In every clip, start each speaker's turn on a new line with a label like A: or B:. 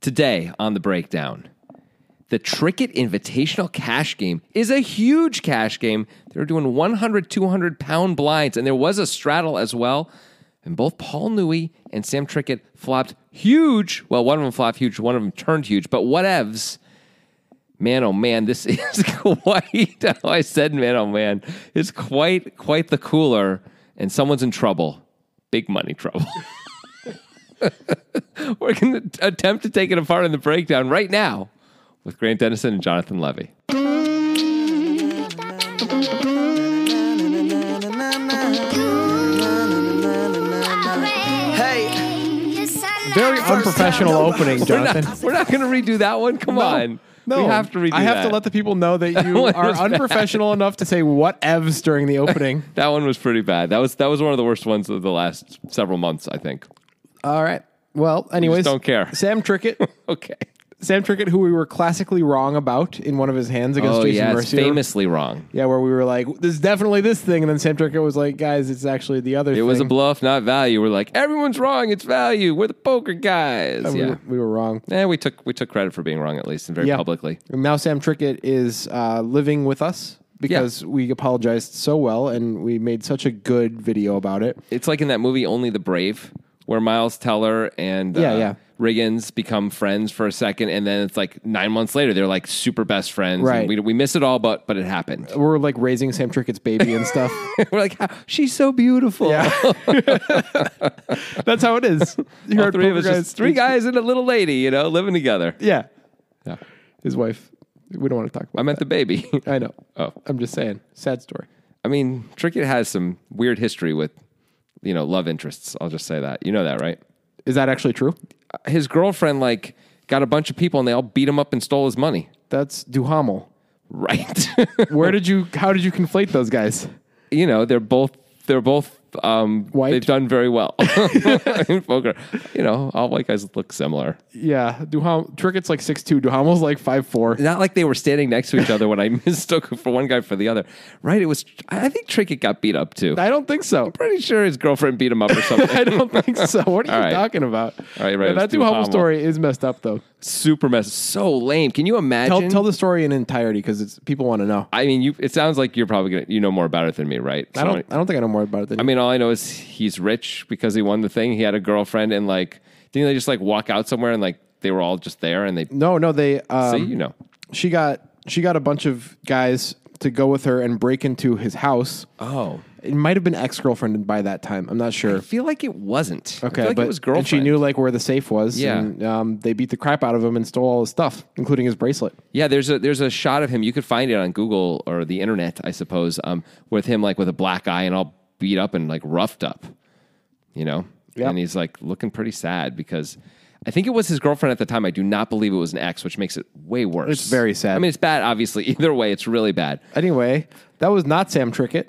A: Today on the breakdown, the Trickett Invitational Cash Game is a huge cash game. They're doing 100, 200 pound blinds, and there was a straddle as well. And both Paul Newey and Sam Trickett flopped huge. Well, one of them flopped huge, one of them turned huge, but whatevs. Man, oh man, this is quite. I said, man, oh man, it's quite, quite the cooler, and someone's in trouble. Big money trouble. We're going to attempt to take it apart in the breakdown right now with Grant Dennison and Jonathan Levy.
B: Hey,
C: Very unprofessional opening,
A: We're
C: Jonathan.
A: not, we're not going to redo that one. Come on.
C: No,
A: we have to redo
C: I have
A: that.
C: to let the people know that you
A: one
C: are
A: was bad.
C: unprofessional enough to say what evs during the opening.
A: that one was pretty bad. That was that was one of the worst ones of the last several months, I think.
C: All right. Well, anyways,
A: don't care.
C: Sam Trickett,
A: Okay.
C: Sam Trickett, who we were classically wrong about in one of his hands against
A: Oh
C: Jason
A: yeah, it's
C: Mercier.
A: famously wrong.
C: Yeah, where we were like, "This is definitely this thing," and then Sam Trickett was like, "Guys, it's actually the other."
A: It was a bluff, not value. We're like, everyone's wrong. It's value. We're the poker guys.
C: we,
A: yeah.
C: were, we were wrong.
A: Eh, we took we took credit for being wrong at least and very
C: Yeah.
A: publicly.
C: And now Sam Trickett is uh, living with us because we apologized so well and we made such a good video about it.
A: It's like in that movie Only the Brave, where Miles Teller and uh,
C: Yeah, yeah.
A: Riggins become friends for a second, and then it's like nine months later they're like super best friends. and
C: Right.
A: we we miss it all, but but it happened.
C: We're like raising Sam Trickett's baby and stuff.
A: We're like, "How- she's so beautiful.
C: That's how it is. You
A: All
C: heard
A: three of us,
C: Poker
A: just three guys and a little lady, you know, living together.
C: Yeah.
A: Yeah.
C: His wife. We don't want to talk about
A: I meant the baby.
C: that. I know.
A: Oh.
C: I'm just saying. Sad story.
A: I mean, Trickett has some weird history with, you know, love interests. I'll just say that. You know that, right?
C: Is that actually true?
A: His girlfriend, like, got a bunch of people and they all beat him up and stole his money.
C: That's Duhamel.
A: Right.
C: Where did you how did you conflate those guys?
A: you know, they're both, they're both, um,
C: White?
A: they've done very well in poker. You know, all white guys look similar.
C: Yeah. Duham Trickett's like six two. Duhamel's like five four.
A: not like they were standing next to each other when I mistook for one guy for the other. Right? It was. I think Trickett got beat up too.
C: I don't think so.
A: Pretty sure his girlfriend beat him up or something.
C: I don't think so. What are
A: All
C: you
A: right.
C: talking about?
A: All right, right,
C: Yeah,
A: it was
C: That Duhamel
A: Duhamel.
C: story is messed up though.
A: Super mess. So lame. Can you imagine?
C: Tell, tell the story in entirety because it's people want to know.
A: I mean, you. It sounds like you're probably gonna. You know more about it than me, right?
C: I don't. I don't think I know more about it than
A: I mean, all I know is he's rich because he won the thing. He had a girlfriend, and like, didn't they just like walk out somewhere and like they were all just there and they
C: no, no. They um,
A: see you know.
C: she got she got a bunch of guys to go with her and break into his house.
A: Oh,
C: It might have been ex girlfriend by that time. I'm not
A: I
C: sure.
A: feel like it wasn't. I
C: Okay,
A: feel like
C: but
A: it was
C: and
A: girlfriend.
C: she knew like where the safe was.
A: Yeah.
C: and, um, they beat the crap out of him and stole all his stuff, including his bracelet.
A: Yeah, there's a there's a shot of him. You could find it on Google or the internet, I suppose. Um, with him like with a black eye and all beat up and like roughed up, you know.
C: Yep.
A: And he's like looking pretty sad because I think it was his girlfriend at the time. I do not believe it was an ex, which makes it way worse.
C: It's very sad.
A: I mean, it's bad. Obviously, either way, it's really bad.
C: Anyway, that was not Sam Trickett.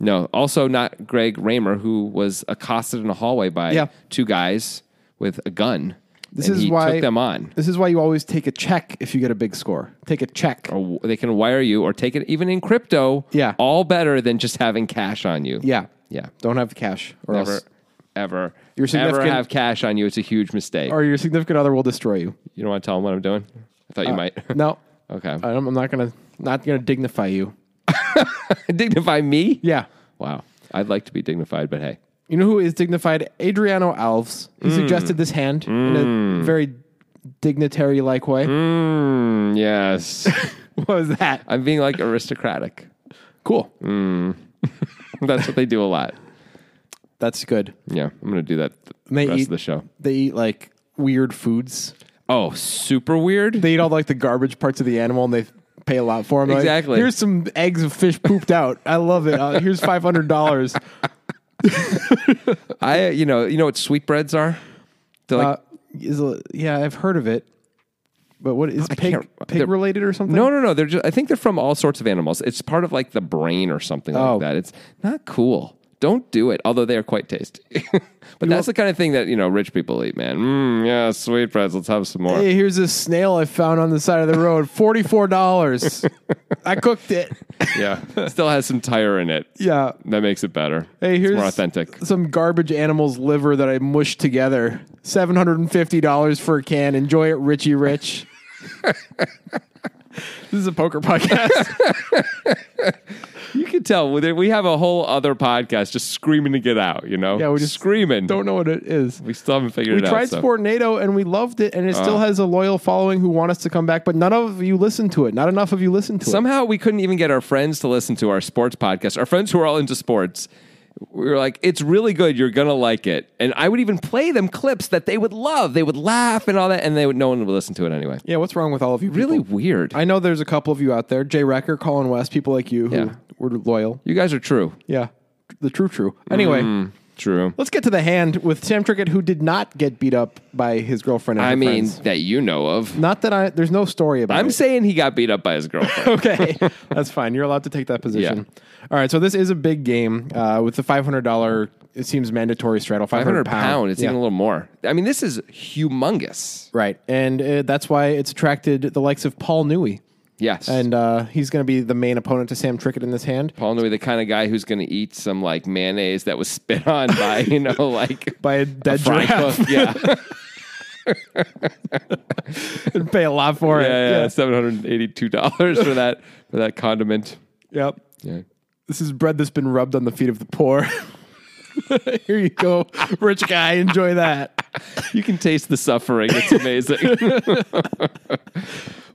A: No, also not Greg Raymer, who was accosted in a hallway by
C: Yeah.
A: two guys with a gun.
C: This
A: and
C: is
A: he
C: why
A: took them on.
C: This is why you always take a check if you get a big score. Take a check.
A: or they can wire you or take it even in crypto.
C: Yeah.
A: All better than just having cash on you.
C: Yeah,
A: Yeah.
C: Don't have cash or
A: Never,
C: else,
A: ever,
C: Your
A: ever
C: significant-
A: have cash on you. It's a huge mistake.
C: or your significant other will destroy you.
A: you don't want to tell them what I'm doing? I thought you might.
C: Uh, No, Uh,
A: Okay.
C: I don't, I'm not gonna not gonna dignify you.
A: Dignify me?
C: Yeah.
A: Wow. I'd like to be dignified, but hey.
C: You know who is dignified? Adriano Alves. He suggested this hand in a very dignitary like way.
A: Mm, yes.
C: What was that?
A: I'm being like aristocratic.
C: Cool.
A: That's what they do a lot.
C: That's good.
A: Yeah. I'm going to do that the
C: They
A: rest
C: eat-
A: of the show.
C: They eat like weird foods.
A: Oh, super weird.
C: They eat all like the garbage parts of the animal and they pay a lot for them.
A: Exactly.
C: Here's some eggs of fish pooped out. I love it. Uh, here's $500.
A: I, you know, you know what sweetbreads are? They're like
C: Uh, is a, yeah, I've heard of it. But what is pig,
A: can't- they're-
C: pig related or something?
A: No, no, no. They're just, I think they're from all sorts of animals. It's part of like the brain or something
C: Oh.
A: like that. It's not cool. Don't do it. Although they are quite tasty, but that's the kind of thing that you know rich people eat, man. Mm, yeah, sweetbreads. Let's have some more.
C: Hey, here's this snail I found on the side of the road. $44. I cooked it.
A: Yeah, still has some tire in it.
C: Yeah.
A: That makes it better.
C: Hey, here's
A: it's more authentic.
C: Some garbage animal's liver that I mushed together. Seven hundred and fifty dollars for a can. Enjoy it, Richie Rich. this is a poker podcast.
A: You can tell with it- we have a whole other podcast just screaming to get out. You know,
C: Yeah, we just
A: screaming.
C: Don't know what it is.
A: we still haven't figured
C: We
A: it out.
C: tried
A: so. Uh.
C: Sportnado and we loved it, and it still has a loyal following who want us to come back. But none of you listen to it. Not enough of you listen to it.
A: Somehow we couldn't even get our friends to listen to our sports podcast. Our friends who are all into sports. We were like, it's really good. You're gonna like it. And I would even play them clips that they would love. They would laugh and all that, and they would no one would listen to it anyway.
C: Yeah, what's wrong with all of you?
A: Really
C: people?
A: weird.
C: I know there's a couple of you out there, Jay Recker, Colin West, people like you who
A: Yeah.
C: were loyal.
A: you guys are true.
C: Yeah, the true true. Anyway,
A: Mm. True.
C: let's get to the hand with Sam Trickett, who did not get beat up by his girlfriend. And
A: I
C: her
A: mean,
C: friends.
A: that you know of.
C: not that I. There's no story about.
A: I'm
C: it.
A: saying he got beat up by his girlfriend.
C: okay, that's fine. You're allowed to take that position. All right, so this is a big game uh, with the five hundred dollar. It seems mandatory straddle. Five
A: 500
C: hundred
A: pound. It's
C: yeah.
A: even a little more. I mean, this is humongous.
C: right, and uh, that's why it's attracted the likes of Paul Newey,
A: Yes.
C: and uh, he's going to be the main opponent to Sam Trickett in this hand
A: Paul Newey, the kind of guy who's going to eat some like mayonnaise that was spit on by, you know, like
C: by a dead
A: fry
C: giraffe
A: cook. Yeah. yeah,
C: and pay a lot for it.
A: yeah,
C: Yeah.
A: seven hundred eighty-two dollars for that for that condiment.
C: Yep.
A: Yeah.
C: This is bread that's been rubbed on the feet of the poor. Here you go, rich guy. Enjoy that.
A: You can taste the suffering. It's amazing. you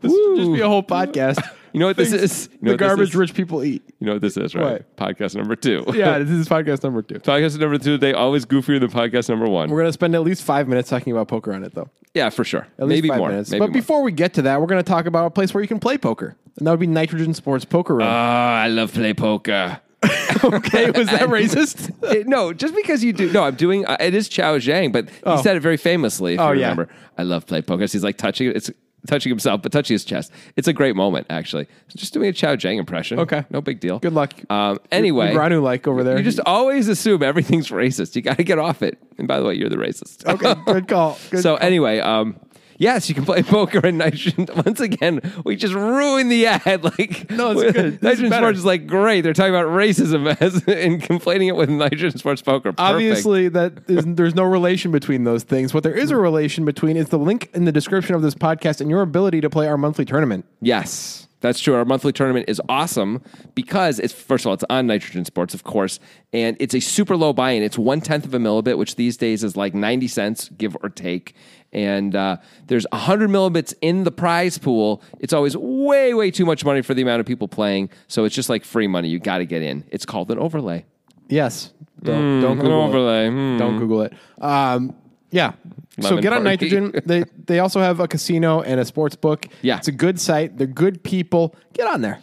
C: This would just be a whole podcast.
A: know what this is? You know what
C: the
A: this
C: garbage
A: is?
C: rich people eat.
A: You know what this is, right? Podcast number two.
C: Yeah, this is podcast number two.
A: podcast number two today always goofier than podcast number one.
C: We're going to spend at least five minutes talking about poker on it, though.
A: yeah, for sure.
C: At least
A: Maybe
C: five
A: more.
C: minutes.
A: Maybe
C: but
A: more.
C: before we get to that, we're going to talk about a place where you can play poker, and that would be Nitrogen Sports Poker Room.
A: Ah, I love play poker.
C: okay, was that racist?
A: It- no, just because you do. No, I'm doing. Uh, it is Chao Zhang, but he said it very famously. If
C: Oh,
A: you
C: yeah.
A: remember, I love play poker. He's like touching. It's touching himself, but touching his chest. It's a great moment, actually. Just doing a Chao Zhang impression.
C: Okay.
A: no big deal.
C: Good luck.
A: Um, anyway,
C: Ranu like over there.
A: you just always assume everything's racist. You got to get off it. And by the way, you're the racist.
C: okay. Good call. Good
A: So anyway, um, yes, you can play poker and nitrogen. Once again, we just ruined the ad. Like
C: No, it's good. This is
A: Nitrogen
C: better.
A: Sports is like great. They're talking about racism as and conflating it with nitrogen sports poker. Perfect.
C: Obviously, that is, there's no relation between those things. What there is a relation between is the link in the description of this podcast and your ability to play our monthly tournament.
A: yes. That's true. Our monthly tournament is awesome because it's first of all, it's on Nitrogen Sports, of course, and it's a super low buy-in. It's one tenth of a millibit, which these days is like ninety cents, give or take. And uh, there's hundred millibits in the prize pool. It's always way, way too much money for the amount of people playing, so it's just like free money. You got to get in. It's called an overlay.
C: Yes.
A: Hmm,
C: Don't, don't Google it.
A: overlay.
C: Don't Google it. Um, yeah. so
A: Lemon
C: get on
A: party.
C: Nitrogen. they they also have a casino and a sports book.
A: Yeah.
C: It's a good site. They're good people. Get on there.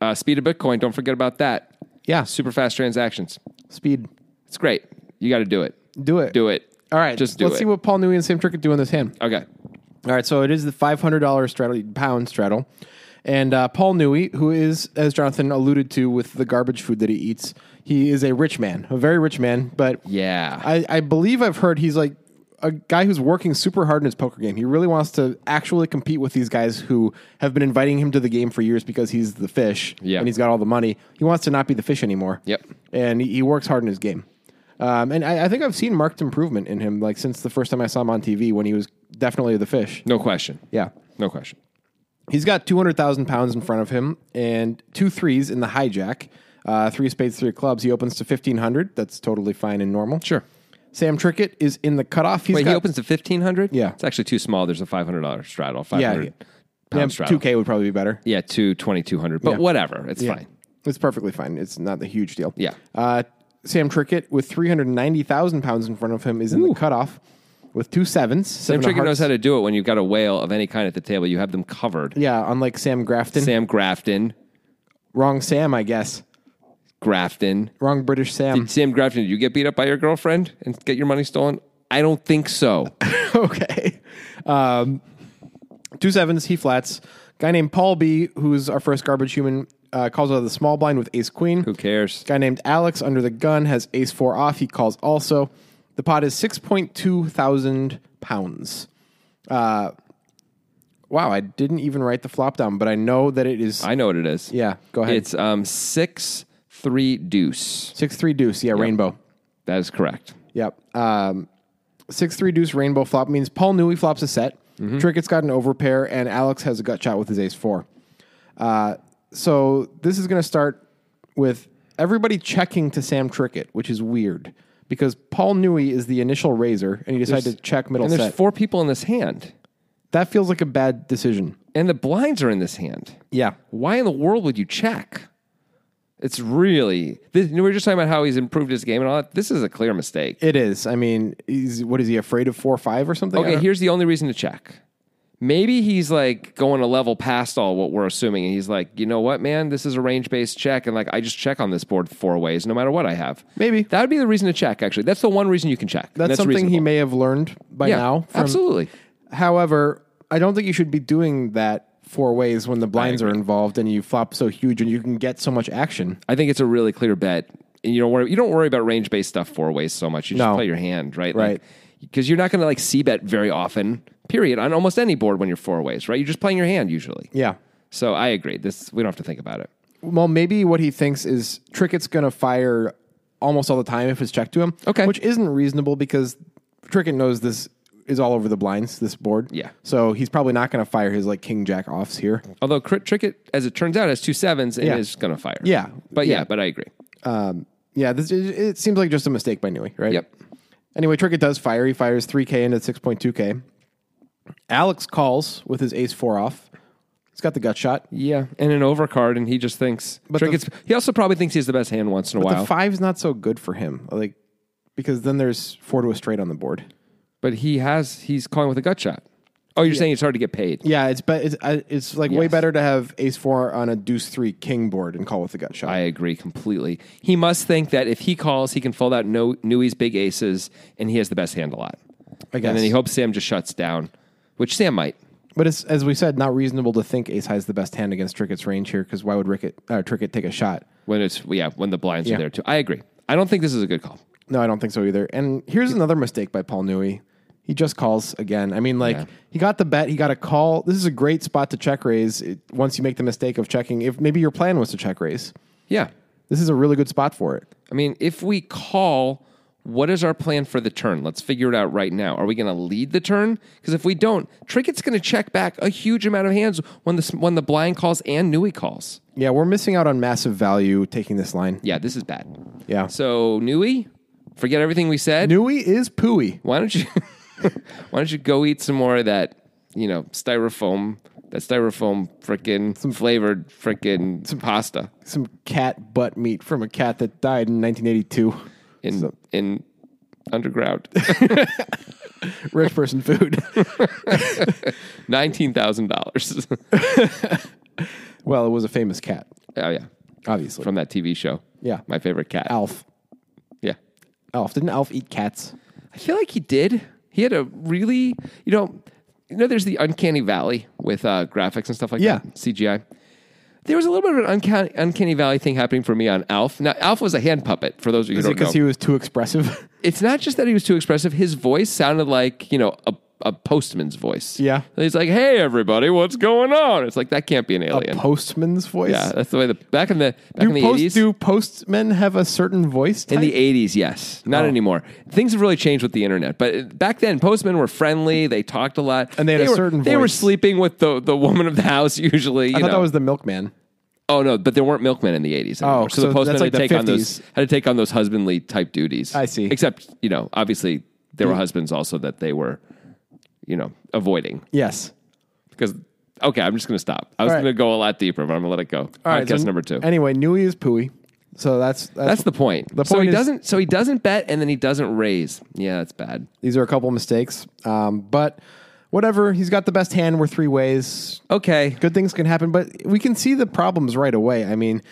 A: Uh, speed of Bitcoin. Don't forget about that.
C: Yeah.
A: Super fast transactions.
C: Speed.
A: It's great. You got to do it.
C: Do it.
A: Do it.
C: All right.
A: Just do
C: Let's
A: it.
C: see what Paul Newey and Sam Trickett do in this hand.
A: Okay.
C: All right, so it is the five hundred dollar straddle pound straddle, and uh, Paul Newey, who is, as Jonathan alluded to, with the garbage food that he eats, he is a rich man, a very rich man. But
A: Yeah.
C: I, I believe I've heard he's like a guy who's working super hard in his poker game. He really wants to actually compete with these guys who have been inviting him to the game for years because he's the fish,
A: Yeah.
C: and he's got all the money. He wants to not be the fish anymore.
A: Yep.
C: and he, he works hard in his game. Um, and I, I think I've seen marked improvement in him, like since the first time I saw him on TV when he was definitely the fish.
A: no question.
C: Yeah.
A: No question.
C: He's got 200,000 pounds in front of him and two threes in the hijack. Uh, three spades, three clubs. He opens to 1,500. That's totally fine and normal.
A: Sure.
C: Sam Trickett is in the cutoff. He's
A: Wait,
C: got,
A: he opens to fifteen hundred.
C: Yeah.
A: it's actually too small. There's a five hundred dollar straddle, five
C: Yeah,
A: hundred
C: yeah.
A: pound
C: yeah,
A: straddle.
C: 2K would probably be better.
A: Yeah, two twenty two hundred. But
C: Yeah.
A: whatever, it's
C: Yeah.
A: fine.
C: It's perfectly fine. It's not a huge deal.
A: Yeah.
C: Uh, Sam Trickett with 390,000 pounds in front of him is in the cutoff with two sevens.
A: Sam Trickett knows how to do it when you've got a whale of any kind at the table. You have them covered.
C: Yeah, unlike Sam Grafton.
A: Sam Grafton,
C: Wrong Sam, I guess.
A: Grafton,
C: Wrong British Sam.
A: Sam Grafton. Did you get beat up by your girlfriend and get your money stolen? I don't think so.
C: okay. Um, two sevens, he flats. Guy named Paul B, who's our first garbage human, uh, calls out of the small blind with ace queen.
A: Who cares?
C: Guy named Alex under the gun has ace four off. He calls also. The pot is 6.2 thousand pounds. Uh, wow, I didn't even write the flop down, but I know that it is.
A: I know what it is.
C: yeah, go ahead.
A: it's um six three deuce.
C: 6 3 deuce. Yeah, rainbow.
A: That is correct.
C: Yep. Um, Six three deuce rainbow flop means Paul Newey flops a set.
A: Mm-hmm.
C: Tricket's got an overpair, and Alex has a gut shot with his ace four. Uh, so this is going to start with everybody checking to Sam Trickett, which is weird because Paul Newey is the initial raiser, and he decided to check middle
A: And there's
C: set.
A: four people in this hand,
C: that feels like a bad decision.
A: and the blinds are in this hand.
C: Yeah,
A: Why in the world would you check? It's really. This, we were just talking about how he's improved his game and all that. This is a clear mistake.
C: it is. I mean, he's, what is he afraid of four five or something? I
A: Okay,
C: don't-
A: here's the only reason to check. Maybe he's like going a level past all what we're assuming, and he's like, you know what, man, this is a range based check, and like I just check on this board four ways, no matter what I have.
C: Maybe.
A: that would be the reason to check. Actually, that's the one reason you can check.
C: that's, something he
A: reasonable.
C: may have learned by
A: Yeah,
C: now.
A: absolutely.
C: However, I don't think you should be doing that four ways when the blinds are involved and you flop so huge and you can get so much action.
A: I think it's a really clear bet. And you don't worry you don't worry about range based stuff four ways so much. You just
C: No.
A: play your hand, right?
C: Right.
A: Because you're not going to like c bet very often. Period on almost any board when you're four ways, right? You're just playing your hand usually.
C: Yeah.
A: So I agree. This we don't have to think about it.
C: Well, maybe what he thinks is Trickett's going to fire almost all the time if it's checked to him.
A: Okay.
C: Which isn't reasonable because Trickett knows this is all over the blinds, this board.
A: Yeah.
C: So he's probably not going to fire his like king jack offs here.
A: Although Crit Trickett, as it turns out, has two sevens and
C: Yeah.
A: is going to fire.
C: Yeah.
A: But yeah.
C: Yeah.
A: but I agree.
C: Yeah, this it, it seems like just a mistake by Newey, right?
A: Yep.
C: Anyway, Trickett does fire. He fires 3K into 6.2K. Alex calls with his ace four off. He's got the gut shot.
A: Yeah, and an overcard, and he just thinks
C: But the-
A: Trickett's. he also probably thinks he's the best hand once in a
C: The
A: while.
C: five's not so good for him, like because then there's four to a straight on the board.
A: but he has he's calling with a gut shot. Oh, you're saying it's hard to get paid?
C: Yeah, it's bet it's, uh, it's like way
A: Yes.
C: better to have ace four on a deuce three king board and call with the gut shot.
A: I agree completely. He must think that if he calls, he can fold out no, Nui's big aces, and he has the best hand a lot.
C: I guess.
A: And then he hopes Sam just shuts down, which Sam might.
C: but it's as we said, not reasonable to think ace high is the best hand against Trickett's range here because why would Rickett, uh, Trickett take a shot?
A: When it's yeah, when the blinds
C: Yeah.
A: are there too. I agree. I don't think this is a good call.
C: No, I don't think so either. And here's another mistake by Paul Newey. He just calls again. I mean, like
A: Yeah.
C: he got the bet, he got a call. This is a great spot to check raise it, once you make the mistake of checking. If maybe your plan was to check raise,
A: Yeah,
C: this is a really good spot for it.
A: I mean, if we call, what is our plan for the turn? Let's figure it out right now. Are we going to lead the turn? Because if we don't, Trickett's going to check back a huge amount of hands when the when the blind calls and Nui calls.
C: Yeah, we're missing out on massive value taking this line.
A: Yeah, this is bad.
C: Yeah.
A: So Nui, forget everything we said.
C: Newey is pooey.
A: why don't you why don't you go eat some more of that you know styrofoam that styrofoam frickin' some flavored frickin' some pasta
C: Some cat butt meat from a cat that died in 1982.
A: in
C: So-
A: in underground
C: Rich person food.
A: nineteen thousand dollars
C: well, it was a famous cat,
A: oh yeah
C: obviously.
A: from that TV show
C: Yeah.
A: my favorite cat
C: Alf.
A: yeah
C: Alf. Didn't Alf eat cats?
A: I feel like he did he had a really you know you know there's the uncanny valley with uh, graphics and stuff like
C: Yeah.
A: that CGI. There was a little bit of an uncanny, uncanny valley thing happening for me on Alf. Now, Alf was a hand puppet, for those of you who
C: Is
A: don't
C: it
A: know.
C: because he was too expressive?
A: it's not just that he was too expressive. His voice sounded like you know a, a postman's voice.
C: Yeah.
A: he's like, "Hey everybody, what's going on?" It's like that can't be an alien.
C: Postman's voice?
A: yeah, that's the way the back in the back in
C: Do,
A: the
C: post,
A: eighties.
C: do postmen have a certain voice?
A: In
C: type?
A: the eighties, yes, not
C: Oh.
A: anymore. Things have really changed with the internet, but back then, postmen were friendly. They talked a lot,
C: And they had a
A: were,
C: certain
A: They were
C: voice.
A: sleeping with the, the woman of the house usually.
C: I thought that was the milkman.
A: oh no, but there weren't milkmen in the eighties.
C: Oh,
A: so,
C: so
A: the postmen
C: that's like
A: had to
C: the
A: take on those
C: 50s.
A: had to take on those husbandly type duties.
C: I see. Mm.
A: Except you know, obviously there were husbands also that they were, you know, avoiding
C: Yes.
A: because. Okay, I'm just going to stop. I was
C: All right.
A: going to go a lot deeper, but I'm going to let it go. All right,
C: so
A: Podcast number two.
C: Anyway, Nui is pooey. So that's that's,
A: That's the point.
C: The
A: so
C: point
A: he
C: is-
A: doesn't. So he doesn't bet, and then he doesn't raise. Yeah, that's bad.
C: these are a couple mistakes. Um, but whatever, he's got the best hand. We're three ways.
A: Okay.
C: Good things can happen, but we can see the problems right away. I mean,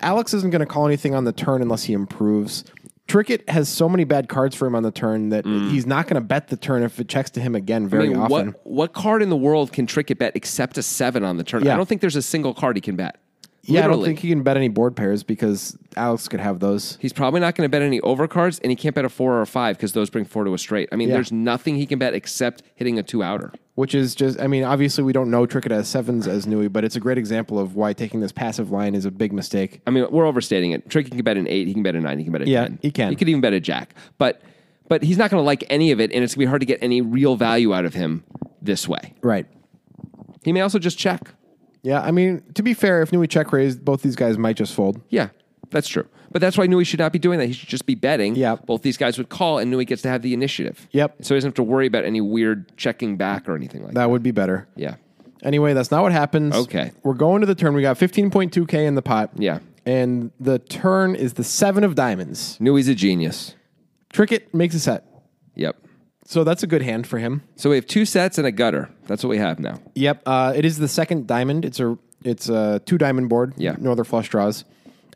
C: Alex isn't going to call anything on the turn unless he improves. Trickett has so many bad cards for him on the turn that he's not going to bet the turn if it checks to him again very
A: Mm. I mean,
C: often.
A: What, what card in the world can Trickett bet except a seven on the turn?
C: Yeah.
A: I don't think there's a single card he can bet.
C: Yeah, I don't
A: Literally.
C: think he can bet any board pairs because Alex could have those.
A: He's probably not going to bet any overcards, and he can't bet a four or a five because those bring four to a straight. I mean,
C: Yeah.
A: there's nothing he can bet except hitting a two outer.
C: which is just i mean obviously we don't know trickett as sevens as nui but it's a great example of why taking this passive line is a big mistake
A: I mean, we're overstating it. Trickett can bet an eight, he can bet a nine, he can bet a
C: Yeah,
A: ten.
C: he can.
A: He could even bet a jack. But But he's not going to like any of it, and it's going to be hard to get any real value out of him this way.
C: Right.
A: He may also just check.
C: Yeah, I mean, to be fair, if Nui check raised, both these guys might just fold.
A: Yeah, that's true. But that's why Nui should not be doing that. He should just be betting.
C: Yeah.
A: Both these guys would call, and Nui gets to have the initiative.
C: Yep.
A: So he doesn't have to worry about any weird checking back or anything like that.
C: That would be better.
A: Yeah.
C: Anyway, that's not what happens.
A: Okay.
C: We're going to the turn. We got 15.2K in the pot.
A: Yeah.
C: And the turn is the seven of diamonds.
A: Nui's a genius.
C: Trickett makes a set.
A: Yep.
C: So that's a good hand for him.
A: So we have two sets and a gutter. That's what we have now.
C: Yep. Uh, it is the second diamond. It's a it's a two diamond board.
A: Yeah.
C: No other flush draws.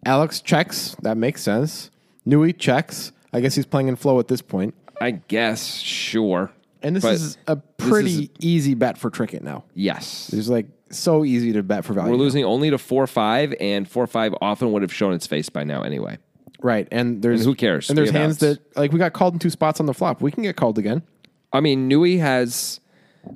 C: Alex checks. That makes sense. Nui checks. I guess he's playing in flow at this point.
A: I guess, sure.
C: And this
A: But
C: is a
A: this is-
C: pretty easy bet for Trickett now.
A: yes.
C: It's like so easy to bet for value.
A: We're losing only to 4 5, and 4 5 often would have shown its face by now anyway.
C: Right. And there's
A: And who cares?
C: And there's
A: We have
C: hands
A: outs.
C: that like we got called in two spots on the flop. We can get called again.
A: I mean, Nui has.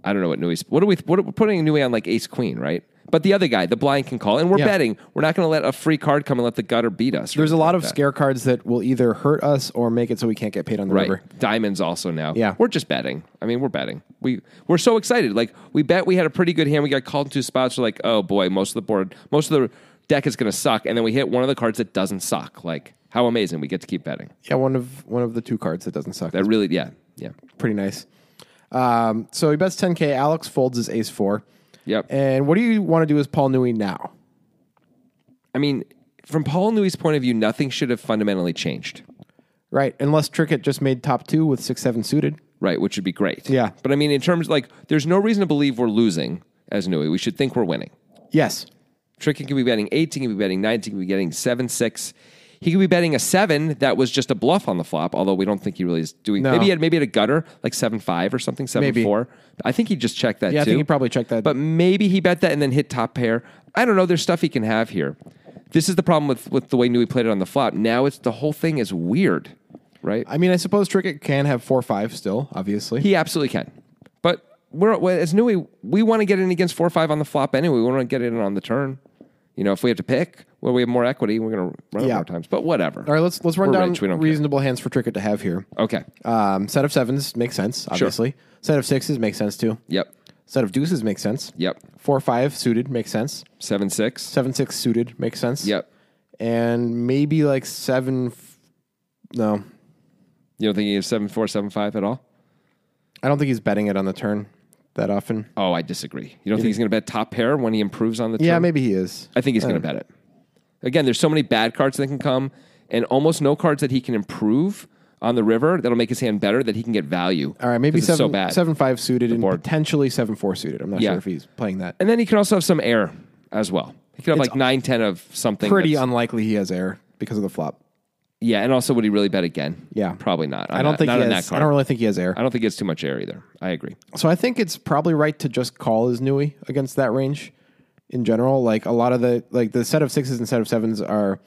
A: I don't know what Nui's. What are we? What are, we're putting Nui on like ace queen, right? But the other guy, the blind, can call, and we're
C: Yeah.
A: betting. We're not going to let a free card come and let the gutter beat us. or
C: There's a
A: anything
C: lot
A: like
C: of
A: that.
C: scare cards that will either hurt us or make it so we can't get paid on the
A: Right,
C: river.
A: diamonds also now.
C: Yeah.
A: we're just betting. I mean, we're betting. We we're so excited. Like we bet we had a pretty good hand. We got called in two spots. We're like, oh boy, most of the board, most of the deck is going to suck. And then we hit one of the cards that doesn't suck. Like how amazing! We get to keep betting.
C: Yeah, one of one of the two cards that doesn't suck.
A: That really, yeah, yeah,
C: pretty nice. Um, so he bets 10k. Alex folds his ace four.
A: yep.
C: And what do you want to do as Paul Nui now?
A: I mean, from Paul Nui's point of view, nothing should have fundamentally changed.
C: Right, unless Trickett just made top two with six seven suited.
A: right? Which would be great.
C: Yeah.
A: But I mean, in terms like, there's no reason to believe we're losing as Nui. We should think we're winning.
C: Yes,
A: Tricky could be betting 18, he could be betting 19, he could be betting 7 6. He could be betting a 7 that was just a bluff on the flop, although we don't think he really is doing
C: No.
A: Maybe he had maybe he had a gutter, like 7 5 or something, 7
C: Maybe.
A: 4. I think he just checked that
C: Yeah, I
A: too.
C: think he probably checked that.
A: But maybe he bet that and then hit top pair. I don't know. There's stuff he can have here. This is the problem with, with the way Nui played it on the flop. Now it's the whole thing is weird, right?
C: I mean I suppose Trickett can have four five still. Obviously,
A: He absolutely can. But we're well, as Nui, we want to get in against four five on the flop anyway. We want to get in on the turn. You know, if we have to pick, well, we have more equity. We're going to run it
C: Yeah.
A: more times. But whatever.
C: All right, let's let's run
A: We're
C: down
A: rich, we don't care.
C: reasonable hands for Trickett to have here.
A: Okay.
C: Um, set of sevens makes sense, obviously. Set of sixes makes sense too.
A: Yep.
C: Set of deuces makes sense.
A: Yep.
C: Four five suited makes sense.
A: Seven six.
C: Seven six suited makes sense.
A: Yep.
C: And maybe like seven. F- no,
A: You don't think he is seven four seven five at all?
C: I don't think he's betting it on the turn that often.
A: Oh, I disagree. You don't think he's going to bet top pair when he improves on the turn?
C: Yeah, maybe Uh. he is.
A: I think he's going to bet it. Again, there's so many bad cards that can come, and almost no cards that he can improve on the river that'll make his hand better that he can get value.
C: All right, maybe
A: 'Cause it's
C: seven
A: so bad.
C: seven five suited and
A: board.
C: potentially seven four suited. I'm not
A: Yeah.
C: sure if he's playing that.
A: And then he can also have some air as well. He could have like nine, ten of something.
C: Pretty
A: that's-
C: unlikely he has air because of the flop.
A: yeah, and also would he really bet again?
C: Yeah.
A: probably not.
C: I don't think
A: not
C: he
A: on
C: has.
A: that card.
C: I don't really think he has air.
A: think it's too much air either. I agree.
C: So I think it's probably right to just call as Nui against that range in general. Like a lot of the like the set of sixes and set of sevens are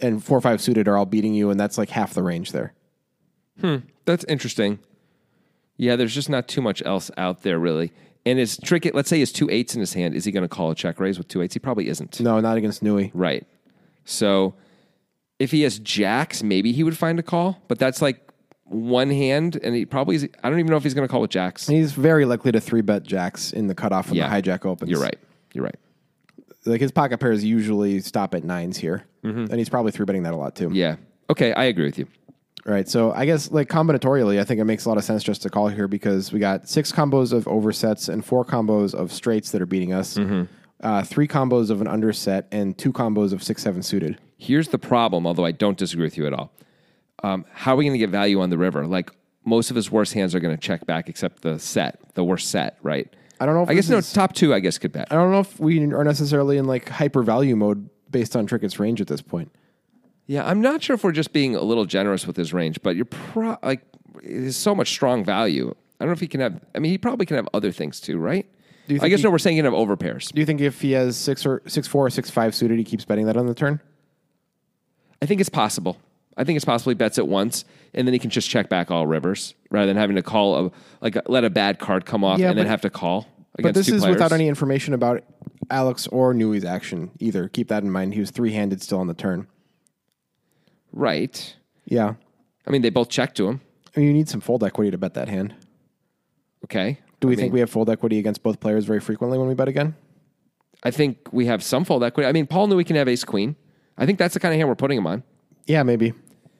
C: and four five suited are all beating you, and that's like half the range there.
A: That's interesting. Yeah, there's just not too much else out there really. And his trick, let's say he has two eights in his hand. Is he going to call a check raise with two eights? He probably isn't.
C: No, not against Nui.
A: Right. So if he has jacks, maybe he would find a call, but that's like one hand, and he probably is. I don't even know if he's going to call with jacks.
C: He's very likely to three bet jacks in the cutoff when
A: Yeah.
C: the hijack opens.
A: You're right. You're right.
C: Like his pocket pairs usually stop at nines here, and he's probably three betting that a lot too.
A: Mm-hmm. Yeah. Okay, I agree with you.
C: Right. So I guess like combinatorially, I think it makes a lot of sense just to call here because we got six combos of oversets and four combos of straights that are beating us,
A: Mm-hmm.
C: uh, three combos of an underset, and two combos of six seven suited.
A: Here's the problem, although I don't disagree with you at all. Um, how are we going to get value on the river? Like most of his worst hands are going to check back, except the set, the worst set, right?
C: I don't know if
A: I guess
C: this
A: no
C: is-
A: top two. I guess could bet.
C: I don't know if we are necessarily in like hyper value mode based on Trickett's range at this point.
A: Yeah, I'm not sure if we're just being a little generous with his range, but you're pro- like there's so much strong value. I don't know if he can have. I mean, he probably can have other things too, right?
C: Do you
A: I
C: think
A: guess
C: he-
A: no. We're saying he can have overpairs.
C: Do you think if he has six or six four or six five suited, he keeps betting that on the turn?
A: I think it's possible. I think it's possible he bets it once, and then he can just check back all rivers rather than having to call a like let a bad card come off
C: Yeah,
A: and then
C: but-
A: have to call. Against
C: But this
A: two
C: is
A: players.
C: without any information about Alex or Nui's action either. Keep that in mind. He was three handed still on the turn.
A: right.
C: Yeah.
A: I mean, they both checked to him.
C: I mean, you need some fold equity to bet that hand.
A: Okay.
C: Do we think we have fold equity against both players very frequently when we bet again?
A: I think we have some fold equity. I mean, Paul knew we can have ace queen. I think that's the kind of hand we're putting him on.
C: Yeah, maybe.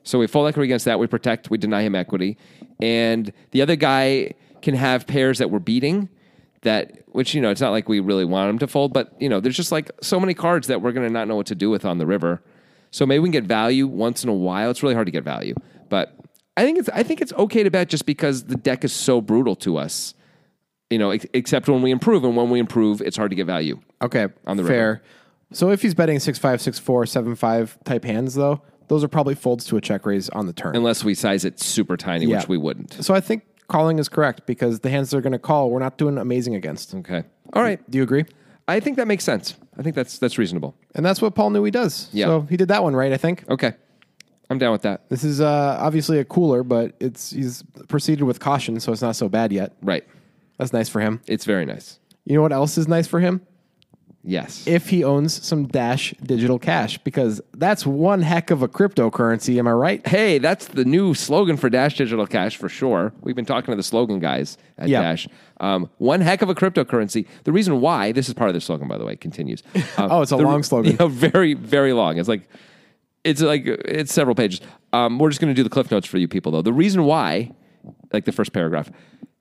A: So we fold equity against that. We protect. We deny him equity, and the other guy can have pairs that we're beating. That which you know, it's not like we really want him to fold, but you know, there's just like so many cards that we're going to not know what to do with on the river. So maybe we can get value once in a while. It's really hard to get value, but I think it's I think it's okay to bet just because the deck is so brutal to us. You know, ex- except when we improve, and when we improve, it's hard to get value.
C: Okay,
A: On the
C: fair. So if he's betting six five, six four, seven five type hands, though, those are probably folds to a check raise on the turn.
A: unless we size it super tiny,
C: Yeah.
A: which we wouldn't.
C: So I think calling is correct because the hands they're going to call, we're not doing amazing against.
A: Okay. All right.
C: Do you agree?
A: I think that makes sense. I think that's that's reasonable.
C: And that's what Paul Newey does.
A: Yeah.
C: So he did that one right, I think.
A: Okay. I'm down with that.
C: This is uh, obviously a cooler, but it's he's proceeded with caution, so it's not so bad yet.
A: Right.
C: That's nice for him.
A: It's very nice.
C: You know what else is nice for him?
A: Yes.
C: If he owns some Dash digital cash, because that's one heck of a cryptocurrency. Am I right?
A: hey, that's the new slogan for Dash Digital Cash for sure. We've been talking to the slogan guys at
C: Yeah.
A: Dash. Um, one heck of a cryptocurrency. The reason why this is part of the slogan, by the way, continues. Um,
C: Oh, it's a
A: the-
C: long slogan.
A: Yeah, very very long. It's like it's like it's several pages. Um, we're just going to do the cliff notes for you people though. The reason why, like the first paragraph,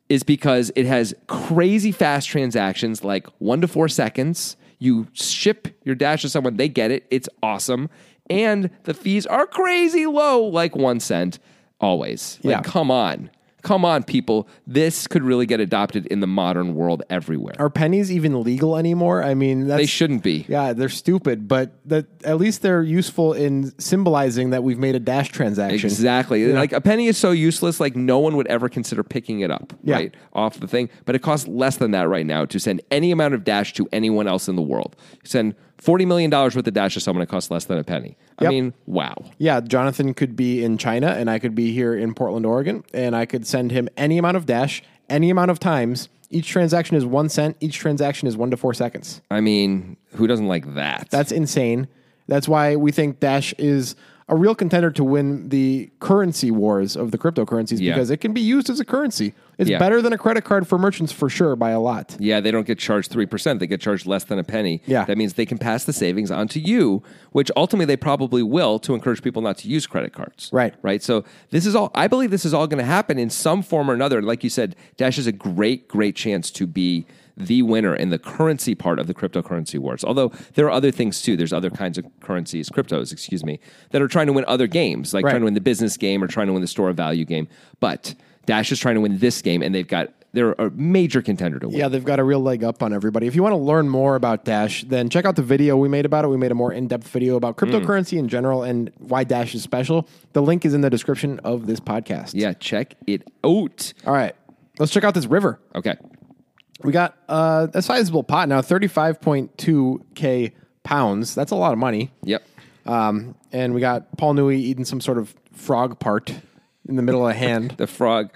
A: is because it has crazy fast transactions, like one to four seconds. You ship your dash to someone, they get it. It's awesome, and the fees are crazy low, like one cent always. Like,
C: Yeah.
A: come on, come on, people. This could really get adopted in the modern world everywhere.
C: Are pennies even legal anymore? I mean, that's,
A: They shouldn't be.
C: Yeah, they're stupid, but that at least they're useful in symbolizing that we've made a Dash transaction.
A: Exactly. Like a penny is so useless, like no one would ever consider picking it up,
C: Yeah.
A: right? Off the thing. But it costs less than that right now to send any amount of Dash to anyone else in the world. Send $40 million worth of Dash to someone, it costs less than a penny. I
C: Yep.
A: mean, wow.
C: Yeah, Jonathan could be in China and I could be here in Portland, Oregon, and I could send him any amount of Dash, any amount of times. Each transaction is one cent, each transaction is one to four seconds.
A: I mean, who doesn't like that?
C: That's insane. That's why we think Dash is a real contender to win the currency wars of the cryptocurrencies
A: Yeah.
C: because it can be used as a currency. It's
A: Yeah.
C: better than a credit card for merchants for sure by a lot.
A: yeah, they don't get charged 3%. They get charged less than a penny.
C: Yeah.
A: That means they can pass the savings on to you, which ultimately they probably will to encourage people not to use credit cards.
C: Right.
A: Right. So this is all, I believe this is all going to happen in some form or another. Like you said, Dash is a great, great chance to be the winner in the currency part of the cryptocurrency wars. Although there are other things too. There's other kinds of currencies, cryptos, excuse me, that are trying to win other games, like
C: Right.
A: trying to win the business game or trying to win the store of value game. But Dash is trying to win this game and they've got, they're a major contender to win.
C: Yeah, they've got a real leg up on everybody. If you want to learn more about Dash, then check out the video we made about it. We made a more in depth video about
A: Hmm.
C: cryptocurrency in general and why Dash is special. The link is in the description of this podcast.
A: Yeah, check it out.
C: All right, let's check out this river.
A: Okay.
C: We got uh, a sizable pot now 35.2K pounds. That's a lot of money.
A: Yep.
C: Um, and we got Paul Newey eating some sort of frog part in the middle of a hand.
A: The frog.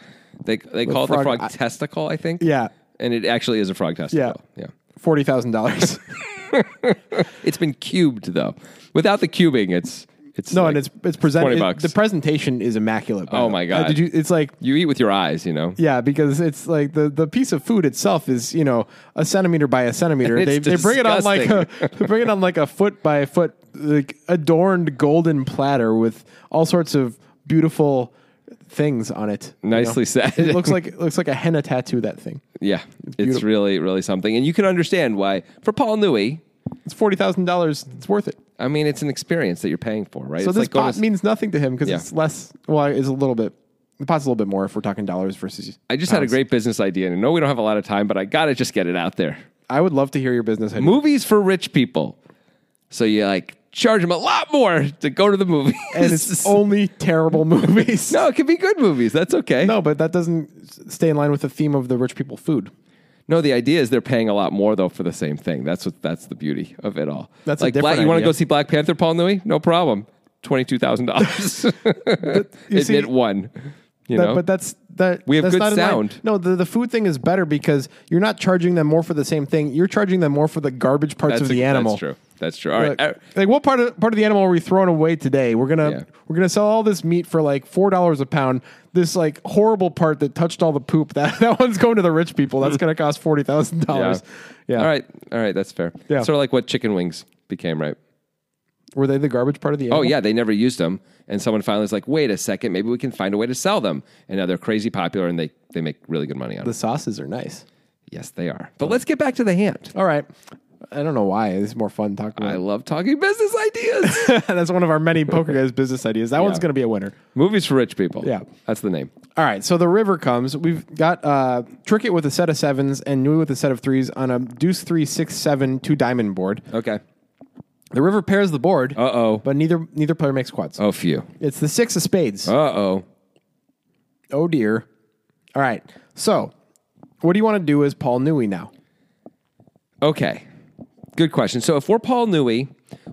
A: They they call it the
C: frog
A: frog
C: eye-
A: testicle, I think.
C: Yeah.
A: And it actually is a frog testicle.
C: Yeah. $40,000.
A: It's been cubed though. Without the cubing, it's it's
C: No,
A: like-
C: and it's it's presented.
A: 20 bucks.
C: the presentation is immaculate. by
A: Oh
C: the-
A: my God.
C: Uh, did you? It's like
A: you eat with your eyes, you know.
C: Yeah, because it's like the, the piece of food itself is you know a centimeter by a centimeter.
A: It's
C: They, they bring it on like a they bring it on like a foot by foot like adorned golden platter with all sorts of beautiful things on it. you know?
A: Nicely said.
C: It looks like it looks like a henna tattoo. That thing.
A: yeah. It's
C: beautiful.
A: really really something, and you can understand why for Paul Newey.
C: It's forty thousand dollars. It's worth it.
A: I mean, it's an experience that you're paying for, right?
C: So
A: it's
C: this
A: going
C: pot
A: to-
C: means nothing to him because
A: Yeah.
C: it's less. Well, it's a little bit. The pot's a little bit more if we're talking dollars versus.
A: I just had a
C: pounds.
A: great business idea, and I know we don't have a lot of time, but I gotta just get it out there.
C: I would love to hear your business. idea.
A: Movies for rich people. So you like charge them a lot more to go to the movies.
C: And it's only terrible movies.
A: No, it could be good movies. That's okay. No.
C: No, but that doesn't stay in line with the theme of the rich people food.
A: the idea is they're paying a lot more though for the same thing. That's what that's the beauty of it all.
C: That's a
A: like Black,
C: different
A: you want to
C: idea.
A: go see Black Panther, Paul Newey? No problem. Twenty two thousand dollars.
C: you see-
A: Admit one. You
C: That-
A: know,
C: but that's that.
A: We have
C: that's
A: good
C: not in line.
A: sound.
C: No, the, the food thing is better because you're not charging them more for the same thing. You're charging them more for the garbage parts
A: that's
C: of
A: a-
C: the animal.
A: That's true. That's true. All right.
C: Like,
A: Uh,
C: like, what part of part of the animal are we throwing away today? We're gonna
A: Yeah.
C: we're gonna sell all this meat for like four dollars a pound. This like horrible part that touched all the poop that that one's going to the rich people. That's gonna cost forty thousand dollars. Yeah.
A: All right. All right. That's fair.
C: Yeah.
A: Sort of like what chicken wings became, right?
C: Were they the garbage part of the animal?
A: Oh yeah, they never used them, and someone finally was like, "Wait a second, maybe we can find a way to sell them." And now they're crazy popular, and they they make really good money on
C: The
A: it.
C: sauces are nice.
A: Yes, they are. But let's get back to the hand.
C: All right. I don't know why. It's more fun talking
A: I
C: about.
A: love talking business ideas.
C: That's one of our many poker guys business ideas. That one's gonna be a winner.
A: Movies for rich people.
C: Yeah.
A: that's the name.
C: All right, so the river comes. We've got uh, Trickett with a set of sevens and Nui with a set of threes on a deuce three six seven two diamond board.
A: Okay.
C: The river pairs the board.
A: Uh oh.
C: But neither neither player makes quads.
A: Oh phew.
C: It's the six of spades.
A: Uh oh.
C: oh dear. All right. So, what do you want to do as Paul Newey now?
A: Okay. Good question. So if we're Paul Newey,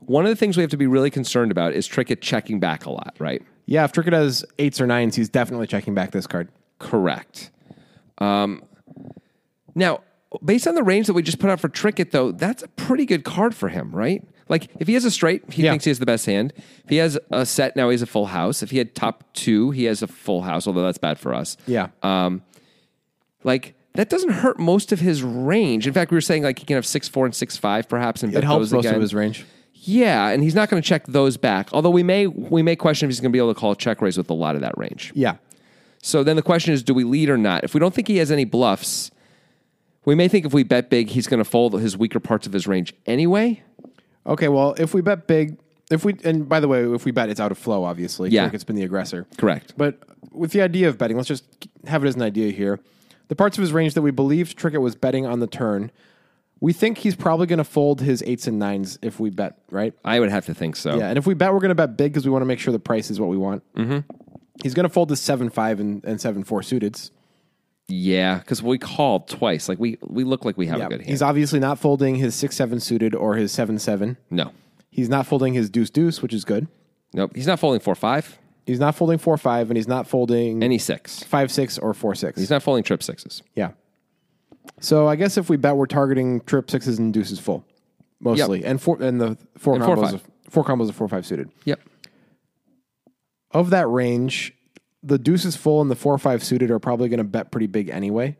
A: one of the things we have to be really concerned about is Trickett checking back a lot, right?
C: Yeah, if Trickett has eights or nines, he's definitely checking back this card.
A: Correct. Um, now, based on the range that we just put out for Trickett, though, that's a pretty good card for him, right? Like, if he has a straight, he
C: Yeah.
A: thinks he has the best hand. If he has a set, now he has a full house. If he had top two, he has a full house, although that's bad for us.
C: Yeah.
A: Like, that doesn't hurt most of his range. In fact, we were saying, like, he can have 6 4 and 6 5, perhaps, and
C: it
A: bet
C: helps
A: those
C: most
A: again.
C: of his range.
A: Yeah, and he's not going to check those back. Although we may we may question if he's going to be able to call a check raise with a lot of that range.
C: Yeah.
A: So then the question is, do we lead or not? If we don't think he has any bluffs, we may think if we bet big, he's going to fold his weaker parts of his range anyway.
C: Okay, well, if we bet big, if we and by the way, if we bet it's out of flow obviously.
A: Yeah.
C: Trickett's been the aggressor.
A: Correct.
C: But with the idea of betting, let's just have it as an idea here. The parts of his range that we believed Trickett was betting on the turn, we think he's probably going to fold his eights and nines if we bet, right?
A: I would have to think so.
C: Yeah, and if we bet, we're going to bet big because we want to make sure the price is what we want. Mm-hmm. He's going to fold the seven five and, and seven four suiteds.
A: Yeah, because we called twice. Like we we look like we have a good hand.
C: he's obviously not folding his six seven suited or his seven seven.
A: no,
C: He's not folding his deuce deuce, which is good.
A: nope. He's not folding four five,
C: He's not folding four five, and he's not folding
A: any six.
C: five six or four six.
A: He's not folding trip sixes.
C: yeah. So I guess if we bet, we're targeting trip sixes and deuces full, mostly, and four and the four
A: And four,
C: combos
A: five.
C: of four combos of four five suited.
A: Yep.
C: of that range, the deuce is full and the four five suited are probably going to bet pretty big anyway,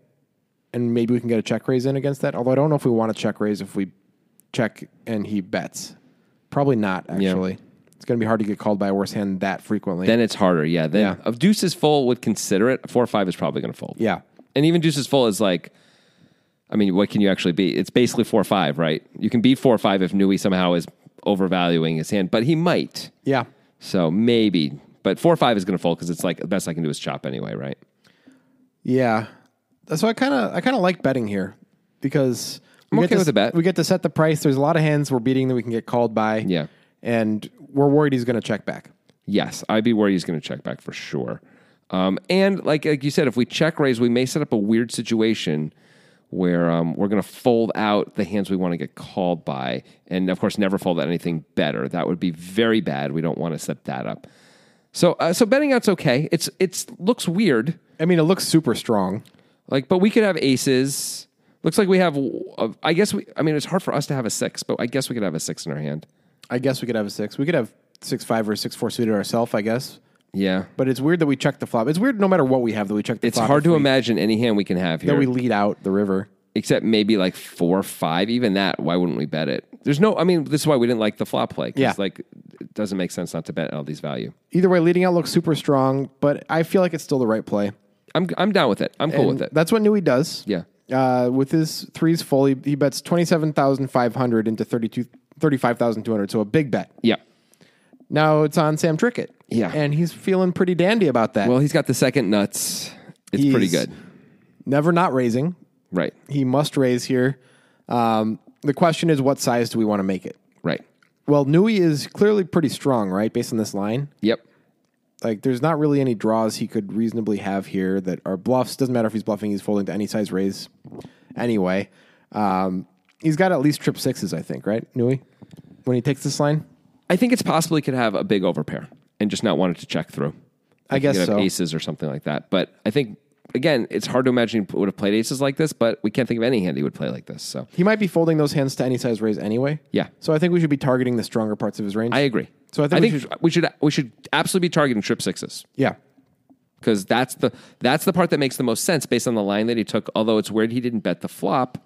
C: and maybe we can get a check raise in against that. Although I don't know if we want to check raise if we check and he bets. Probably not actually. It's going to be hard to get called by a worse hand that frequently.
A: Then it's harder. Yeah. Then
C: Yeah.
A: if deuce is full would consider it. Four five is probably going to fold.
C: yeah,
A: And even deuces full is like, I mean, what can you actually beat? It's basically four five, right? You can beat four five if Nui somehow is overvaluing his hand, but he might.
C: yeah.
A: So maybe, but four five is going to fold because it's like the best I can do is chop anyway, right?
C: Yeah. So I kind of I kind of like betting here because we
A: I'm
C: get
A: okay
C: to,
A: with the bet.
C: We get to set the price. There's a lot of hands we're beating that we can get called by.
A: Yeah.
C: and we're worried he's going to check back.
A: Yes, I'd be worried he's going to check back for sure. Um, and like like you said, if we check raise, we may set up a weird situation where um, we're going to fold out the hands we want to get called by, and of course, never fold out anything better. That would be very bad. We don't want to set that up. So uh, so betting out's okay. It's it's looks weird,
C: I mean, it looks super strong.
A: like but we could have aces. Looks like we have. uh, I guess we. I mean, it's hard for us to have a six, but I guess we could have a six in our hand.
C: I guess we could have a six. We could have six five or six four suited ourselves. I guess.
A: Yeah,
C: But it's weird that we check the flop. It's weird no matter what we have that we check the
A: it's
C: flop.
A: hard
C: if
A: to
C: we-
A: imagine any hand we can have here.
C: that we lead out the river.
A: except maybe like four or five. Even that, why wouldn't we bet it? There's no, I mean, this is why we didn't like the flop play. 'cause,
C: Yeah.
A: Like, it doesn't make sense not to bet all these value.
C: Either way, leading out looks super strong, but I feel like it's still the right play.
A: I'm, I'm down with it. I'm cool
C: And
A: with it.
C: That's what Nui does.
A: Yeah.
C: Uh, with his threes full, he, he bets 27,500 into 32 35,200, so a big bet.
A: Yeah.
C: Now it's on Sam Trickett.
A: Yeah.
C: And he's feeling pretty dandy about that.
A: Well, he's got the second nuts. It's
C: He's
A: pretty good.
C: Never not raising.
A: Right.
C: He must raise here. Um, the question is, what size do we want to make it?
A: Right.
C: Well, Nui is clearly pretty strong, right? Based on this line.
A: Yep.
C: Like, there's not really any draws he could reasonably have here that are bluffs. Doesn't matter if he's bluffing, he's folding to any size raise anyway. Um, he's got at least trip sixes, I think, right? Nui? When he takes this line?
A: I think it's possible he could have a big overpair and just not wanted to check through.
C: I guess
A: He could have
C: so.
A: Aces or something like that. But I think again, it's hard to imagine he would have played aces like this, but we can't think of any hand he would play like this. So
C: He might be folding those hands to any size raise anyway.
A: Yeah.
C: So I think we should be targeting the stronger parts of his range.
A: I agree.
C: So I think we should-
A: we should we should absolutely be targeting trip sixes.
C: yeah.
A: because that's the that's the part that makes the most sense based on the line that he took. Although it's weird he didn't bet the flop,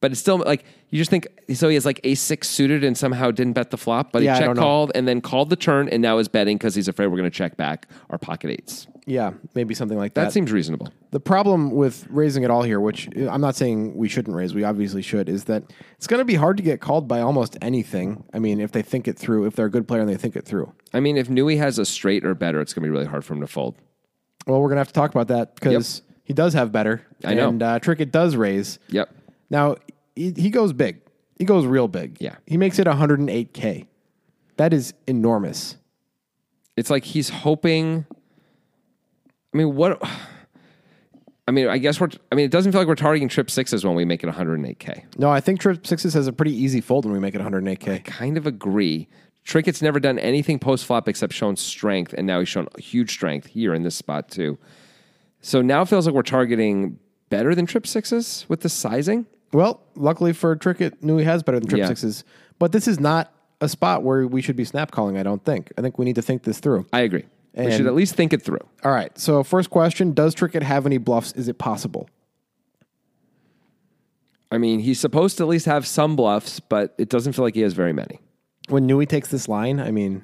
A: but it's still like you just think. So he has like ace six suited and somehow didn't bet the flop, but
C: Yeah, I
A: he check
C: don't know.
A: called and then called the turn and now is betting because he's afraid we're going to check back our pocket eights.
C: Yeah. Maybe something like
A: That
C: that.
A: seems reasonable.
C: the problem with raising it all here, which uh, I'm not saying we shouldn't raise, we obviously should, is that it's going to be hard to get called by almost anything. I mean, if they think it through, if they're a good player and they think it through.
A: I mean, if Nui has a straight or better, it's going to be really hard for him to fold.
C: Well, we're going to have to talk about that because he does have better.
A: I know.
C: And uh, Trickett does raise.
A: Yep.
C: Now, he, he goes big. He goes real big.
A: Yeah.
C: He makes it 108K. That is enormous.
A: It's like he's hoping. I mean, what? I mean, I guess we're. I mean, it doesn't feel like we're targeting trip sixes when we make it 108k.
C: No, I think trip sixes has a pretty easy fold when we make it 108K.
A: kind of agree. Trickett's never done anything post flop except shown strength, and now he's shown huge strength here in this spot too. So now it feels like we're targeting better than trip sixes with the sizing.
C: Well, luckily for Trickett, Nui has better than trip
A: Yeah.
C: sixes. But this is not a spot where we should be snap calling, I don't think. I think we need to think this through.
A: I agree. we
C: And-
A: should at least think it through.
C: All right. So, first question Does Trickett have any bluffs? Is it possible?
A: I mean, he's supposed to at least have some bluffs, but it doesn't feel like he has very many.
C: when Nui takes this line, I mean,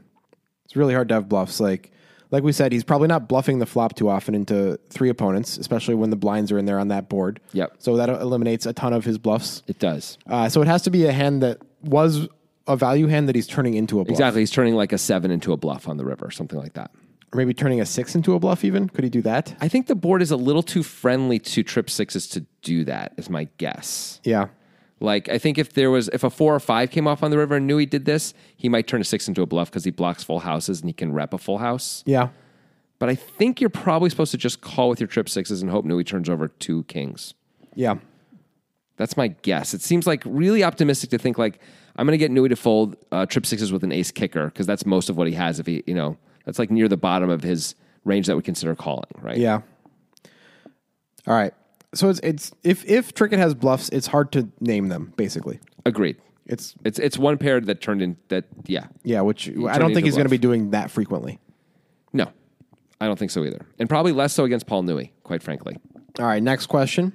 C: it's really hard to have bluffs. Like, like we said, he's probably not bluffing the flop too often into three opponents, especially when the blinds are in there on that board.
A: Yep.
C: So that eliminates a ton of his bluffs.
A: It does.
C: Uh, so it has to be a hand that was a value hand that he's turning into a bluff,
A: Exactly. He's turning like a seven into a bluff on the river, or something like that.
C: or maybe turning a six into a bluff. Even could he do that?
A: I think the board is a little too friendly to trip sixes to do that, is my guess.
C: Yeah.
A: Like I think if there was if a four or five came off on the river and knew he did this, he might turn a six into a bluff because he blocks full houses and he can rep a full house.
C: Yeah.
A: But I think you're probably supposed to just call with your trip sixes and hope Nui turns over two kings.
C: Yeah.
A: That's my guess. It seems like really optimistic to think like I'm going to get Nui to fold uh, trip sixes with an ace kicker because that's most of what he has. If he you know that's like near the bottom of his range that we consider calling, right?
C: Yeah. All right. So it's it's if if Trickett has bluffs, it's hard to name them. Basically,
A: agreed.
C: it's
A: It's it's one pair that turned in that yeah
C: yeah, which I
A: turn
C: don't
A: it
C: think
A: into
C: he's going to
A: bluff.
C: be doing that frequently.
A: no. I don't think so either. And probably less so against Paul Nui, quite frankly.
C: All right, next question.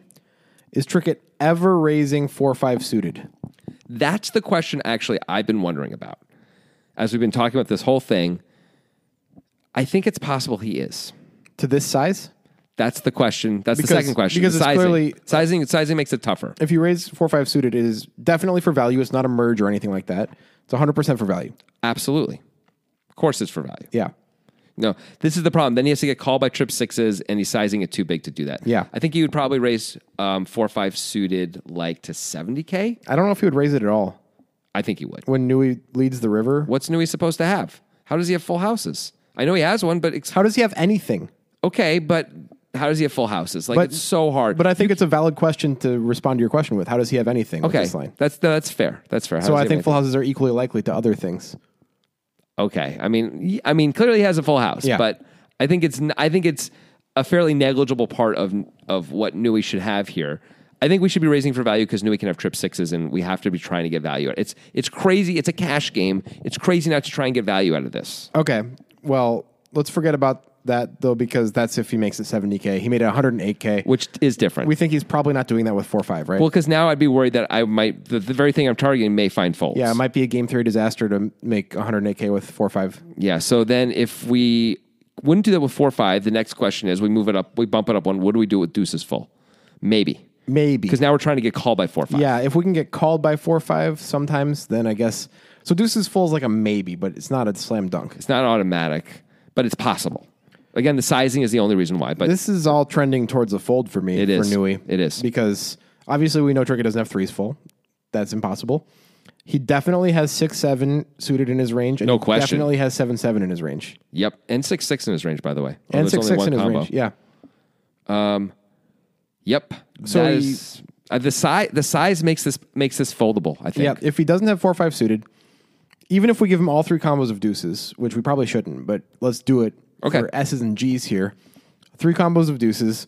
C: Is Trickett ever raising 4 5 suited?
A: That's the question actually I've been wondering about. As we've been talking about this whole thing, I think it's possible he is.
C: To this size?
A: That's the question. That's the
C: Because-
A: second question.
C: because
A: The
C: it's
A: sizing.
C: clearly-
A: sizing sizing makes it tougher.
C: If you raise 4 5 suited, it is definitely for value. It's not a merge or anything like that. It's 100% for value.
A: Absolutely. Of course it's for value.
C: Yeah.
A: No, this is the problem. Then he has to get called by trip sixes and he's sizing it too big to do that.
C: Yeah.
A: I think he would probably raise um, four or five suited like to 70K.
C: I don't know if he would raise it at all.
A: I think he would.
C: When Nui leads the river,
A: What's Nui supposed to have? How does he have full houses? I know he has one, but it's
C: how does he have anything?
A: okay, but how does he have full houses? Like
C: But-
A: it's so hard.
C: But I think it's a valid question to respond to your question with. How does he have anything with
A: okay,
C: this line?
A: that's that's fair. That's fair. How
C: So
A: does
C: I
A: he
C: think
A: have
C: full houses are equally likely to other things.
A: anything? okay. I mean, y- I mean, clearly he has a full house,
C: Yeah.
A: but I think it's n- I think it's a fairly negligible part of of what Nui should have here. I think we should be raising for value because Nui can have trip sixes, and we have to be trying to get value. It's it's crazy. It's a cash game. It's crazy not to try and get value out of this.
C: Okay. Well, let's forget about that though because that's if he makes it 70k. He made it 108k.
A: Which is different.
C: We think he's probably not doing that with 4 5, right?
A: well, because now I'd be worried that I might the, the very thing I'm targeting may find faults.
C: Yeah, it might be a game theory disaster to make 108k with four five.
A: Yeah. So then if we wouldn't do that with four five, the next question is we move it up, we bump it up one. What do we do with deuces full? Maybe.
C: Maybe.
A: Because now we're trying to get called by four five.
C: Yeah, if we can get called by four five sometimes, then I guess so. Deuces full is like a maybe, but it's not a slam dunk.
A: It's not automatic, but it's possible. Again, the sizing is the only reason why. But
C: This is all trending towards a fold for me.
A: It
C: for
A: is.
C: Nui.
A: It is.
C: because obviously we know Trickett doesn't have threes full. That's impossible. He definitely has six seven suited in his range, and
A: No
C: he
A: question.
C: definitely has seven seven in his range,
A: yep. And six six in his range, by the way. Oh,
C: and
A: there's
C: six
A: only
C: six
A: one
C: in his
A: combo.
C: range. Yeah,
A: Yep.
C: So
A: That
C: he-
A: is- uh, the size the size makes this makes this foldable, I think.
C: Yeah, if he doesn't have four five suited, even if we give him all three combos of deuces, which we probably shouldn't, but let's do it
A: Okay.
C: for S's and G's here. Three combos of deuces,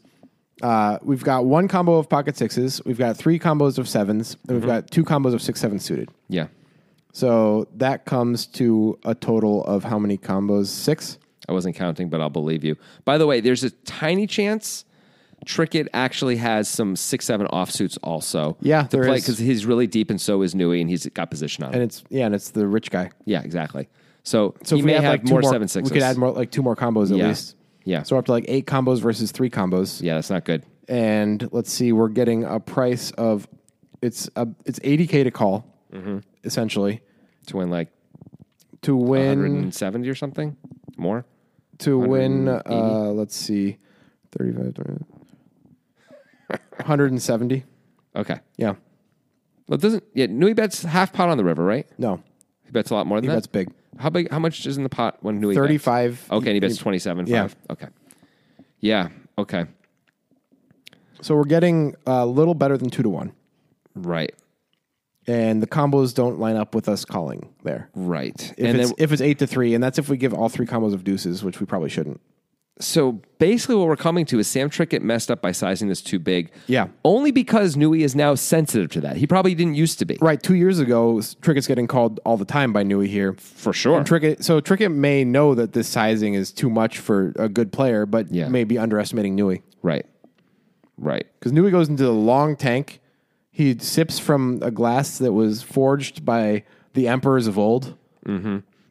C: Uh, we've got one combo of pocket sixes. We've got three combos of sevens, and
A: Mm-hmm.
C: we've got two combos of six seven suited.
A: Yeah.
C: So that comes to a total of how many combos? Six.
A: I wasn't counting, but I'll believe you. By the way, there's a tiny chance Trickett actually has some six seven offsuits also.
C: Yeah,
A: to
C: there
A: play
C: is.
A: because he's really deep and so is Nui, and he's got position on.
C: and
A: him.
C: it's yeah, and it's the rich guy.
A: yeah, exactly. So,
C: So
A: he
C: if we
A: may
C: add
A: have
C: like two
A: more seven sixes.
C: We could add more like two more combos at
A: Yeah.
C: least.
A: Yeah.
C: So we're up to like eight combos versus three combos.
A: yeah, that's not good.
C: And let's see, we're getting a price of it's a it's eighty k to call
A: Mm-hmm.
C: essentially
A: To win like
C: to win
A: 170 or something more.
C: to win. Uh, let's see, 35, 20, 170.
A: Okay.
C: Yeah.
A: Well, it doesn't yeah? Nui bets half pot on the river, right?
C: No,
A: He bets a lot more than that.
C: that's big.
A: How big? How much is in the pot when Nui bets?
C: 35.
A: Okay, and he bets twenty seven.
C: Yeah.
A: Five. Okay. Yeah. Okay.
C: So we're getting a little better than two to one,
A: Right.
C: and the combos don't line up with us calling there.
A: Right.
C: If
A: and
C: it's
A: then
C: if it's eight to three, and that's if we give all three combos of deuces, which we probably shouldn't.
A: so basically what we're coming to is Sam Trickett messed up by sizing this too big.
C: Yeah.
A: Only because Nui is now sensitive to that. He probably didn't used to be.
C: Right, two years ago, Trickett's getting called all the time by Nui here.
A: For sure.
C: And Trickett, so Trickett may know that this sizing is too much for a good player, but
A: Yeah.
C: may be underestimating Nui
A: right. Right.
C: because Nui goes into the long tank. He sips from a glass that was forged by the emperors of old.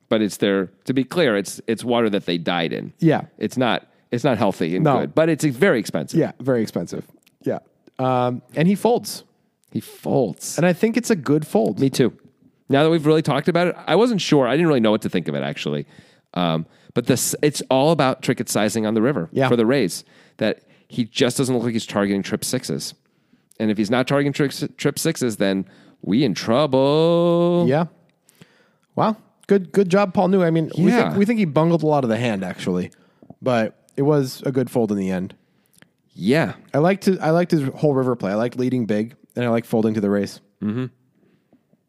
A: But it's their to be clear, it's it's water that they died in.
C: Yeah.
A: It's not it's not healthy and
C: No.
A: good. But it's very expensive.
C: Yeah, very expensive. Yeah, um, and he folds,
A: He folds.
C: and I think it's a good fold.
A: Me too. Now that we've really talked about it, I wasn't sure. I didn't really know what to think of it actually. Um, but this, it's all about tricket sizing on the river
C: Yeah.
A: for the Rays. That he just doesn't look like he's targeting trip sixes, and if he's not targeting trip, trip sixes, then we in trouble.
C: Yeah. Wow. Good good job, Paul New. I mean, we,
A: Yeah.
C: think, we think he bungled a lot of the hand actually, but it was a good fold in the end.
A: Yeah,
C: I liked his, I liked his whole river play. I liked leading big, and I like folding to the race.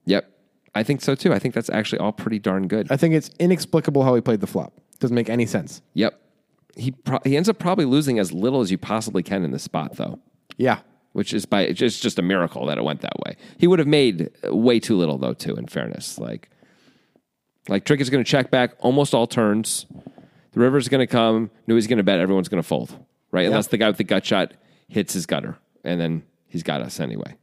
A: yep. I think so too. I think that's actually all pretty darn good.
C: I think it's inexplicable how he played the flop. Doesn't make any sense.
A: yep. He pro- he ends up probably losing as little as you possibly can in this spot though.
C: Yeah.
A: which is by it's just just a miracle that it went that way. He would have made way too little though, too. In fairness, like like Trick is going to check back almost all turns. The river's going to come. Nui's going to bet. Everyone's going to fold, right? Unless the guy with the gut shot hits his gutter, and then he's got us anyway.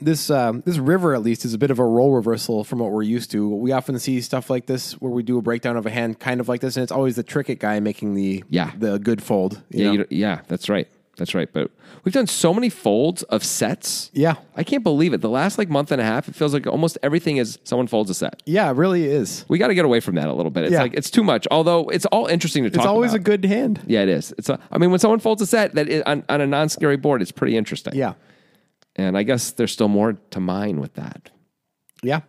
C: This um, this river at least is a bit of a role reversal from what we're used to. We often see stuff like this where we do a breakdown of a hand kind of like this, and it's always the tricket guy making the
A: Yeah.
C: the good fold. you
A: Yeah,
C: know?
A: you don't- yeah, that's right. That's right. But we've done so many folds of sets.
C: Yeah.
A: I can't believe it. The last like month and a half, it feels like almost everything is someone folds a set.
C: yeah, it really is.
A: We got to get away from that a little bit. It's
C: Yeah.
A: like it's too much. Although it's all interesting to talk.
C: It's always
A: about.
C: a good hand.
A: Yeah, it is. It's. A, I mean, when someone folds a set that is, on, on a non-scary board, it's pretty interesting.
C: Yeah.
A: and I guess there's still more to mine with that.
C: Yeah.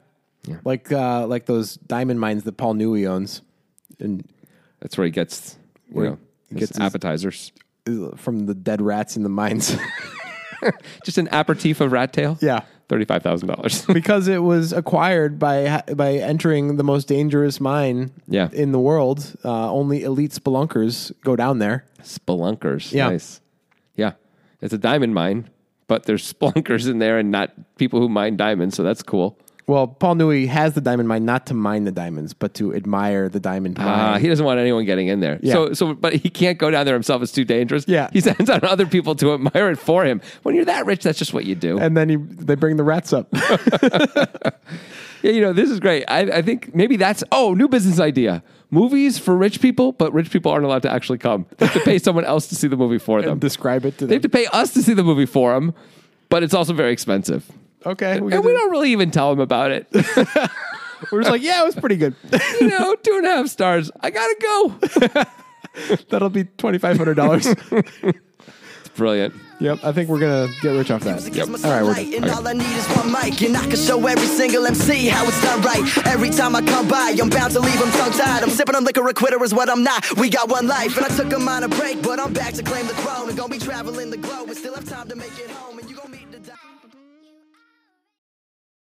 C: Like uh, like those diamond mines that Paul Newey owns and
A: That's where he gets, you know, his
C: gets his-
A: appetizers.
C: uh, from the dead rats in the mines.
A: Just an aperitif of rat tail.
C: Yeah.
A: thirty-five thousand dollars.
C: because it was acquired by by entering the most dangerous mine
A: Yeah.
C: in the world. Uh, only elite spelunkers go down there.
A: Spelunkers.
C: Yeah.
A: Nice. Yeah, it's a diamond mine, but there's spelunkers in there and not people who mine diamonds. So that's cool.
C: Well, Paul Newey has the diamond mine not to mine the diamonds, but to admire the diamond mine.
A: Uh, he doesn't want anyone getting in there.
C: Yeah.
A: So, so, but he can't go down there himself. It's too dangerous.
C: Yeah.
A: he sends out other people to admire it for him. When you're that rich, that's just what you do.
C: and then he, they bring the rats up.
A: Yeah, you know, this is great. I, I think maybe that's oh, new business idea. Movies for rich people, but rich people aren't allowed to actually come. They have to pay someone else to see the movie for them.
C: describe it to
A: They have
C: them.
A: to pay us to see the movie for them, but it's also very expensive.
C: Okay, we
A: And we don't really even tell them about it.
C: we're just like, yeah, it was pretty good.
A: you know, two and a half stars. I gotta go.
C: That'll be twenty five hundred dollars.
A: It's brilliant.
C: yep, I think we're gonna get rich off that.
B: Music is my
C: All right, we're
B: sunlight,
C: done.
B: And all I need is one mic, and I can show every single MC how it's done right. Every time I come by, I'm bound to leave them tongue tied. I'm sipping on liquor, a quitter is what I'm not. We got one life, and I took a minor break, but I'm back to claim the throne. And gonna be traveling the globe, and still have time to make it home. And you gon'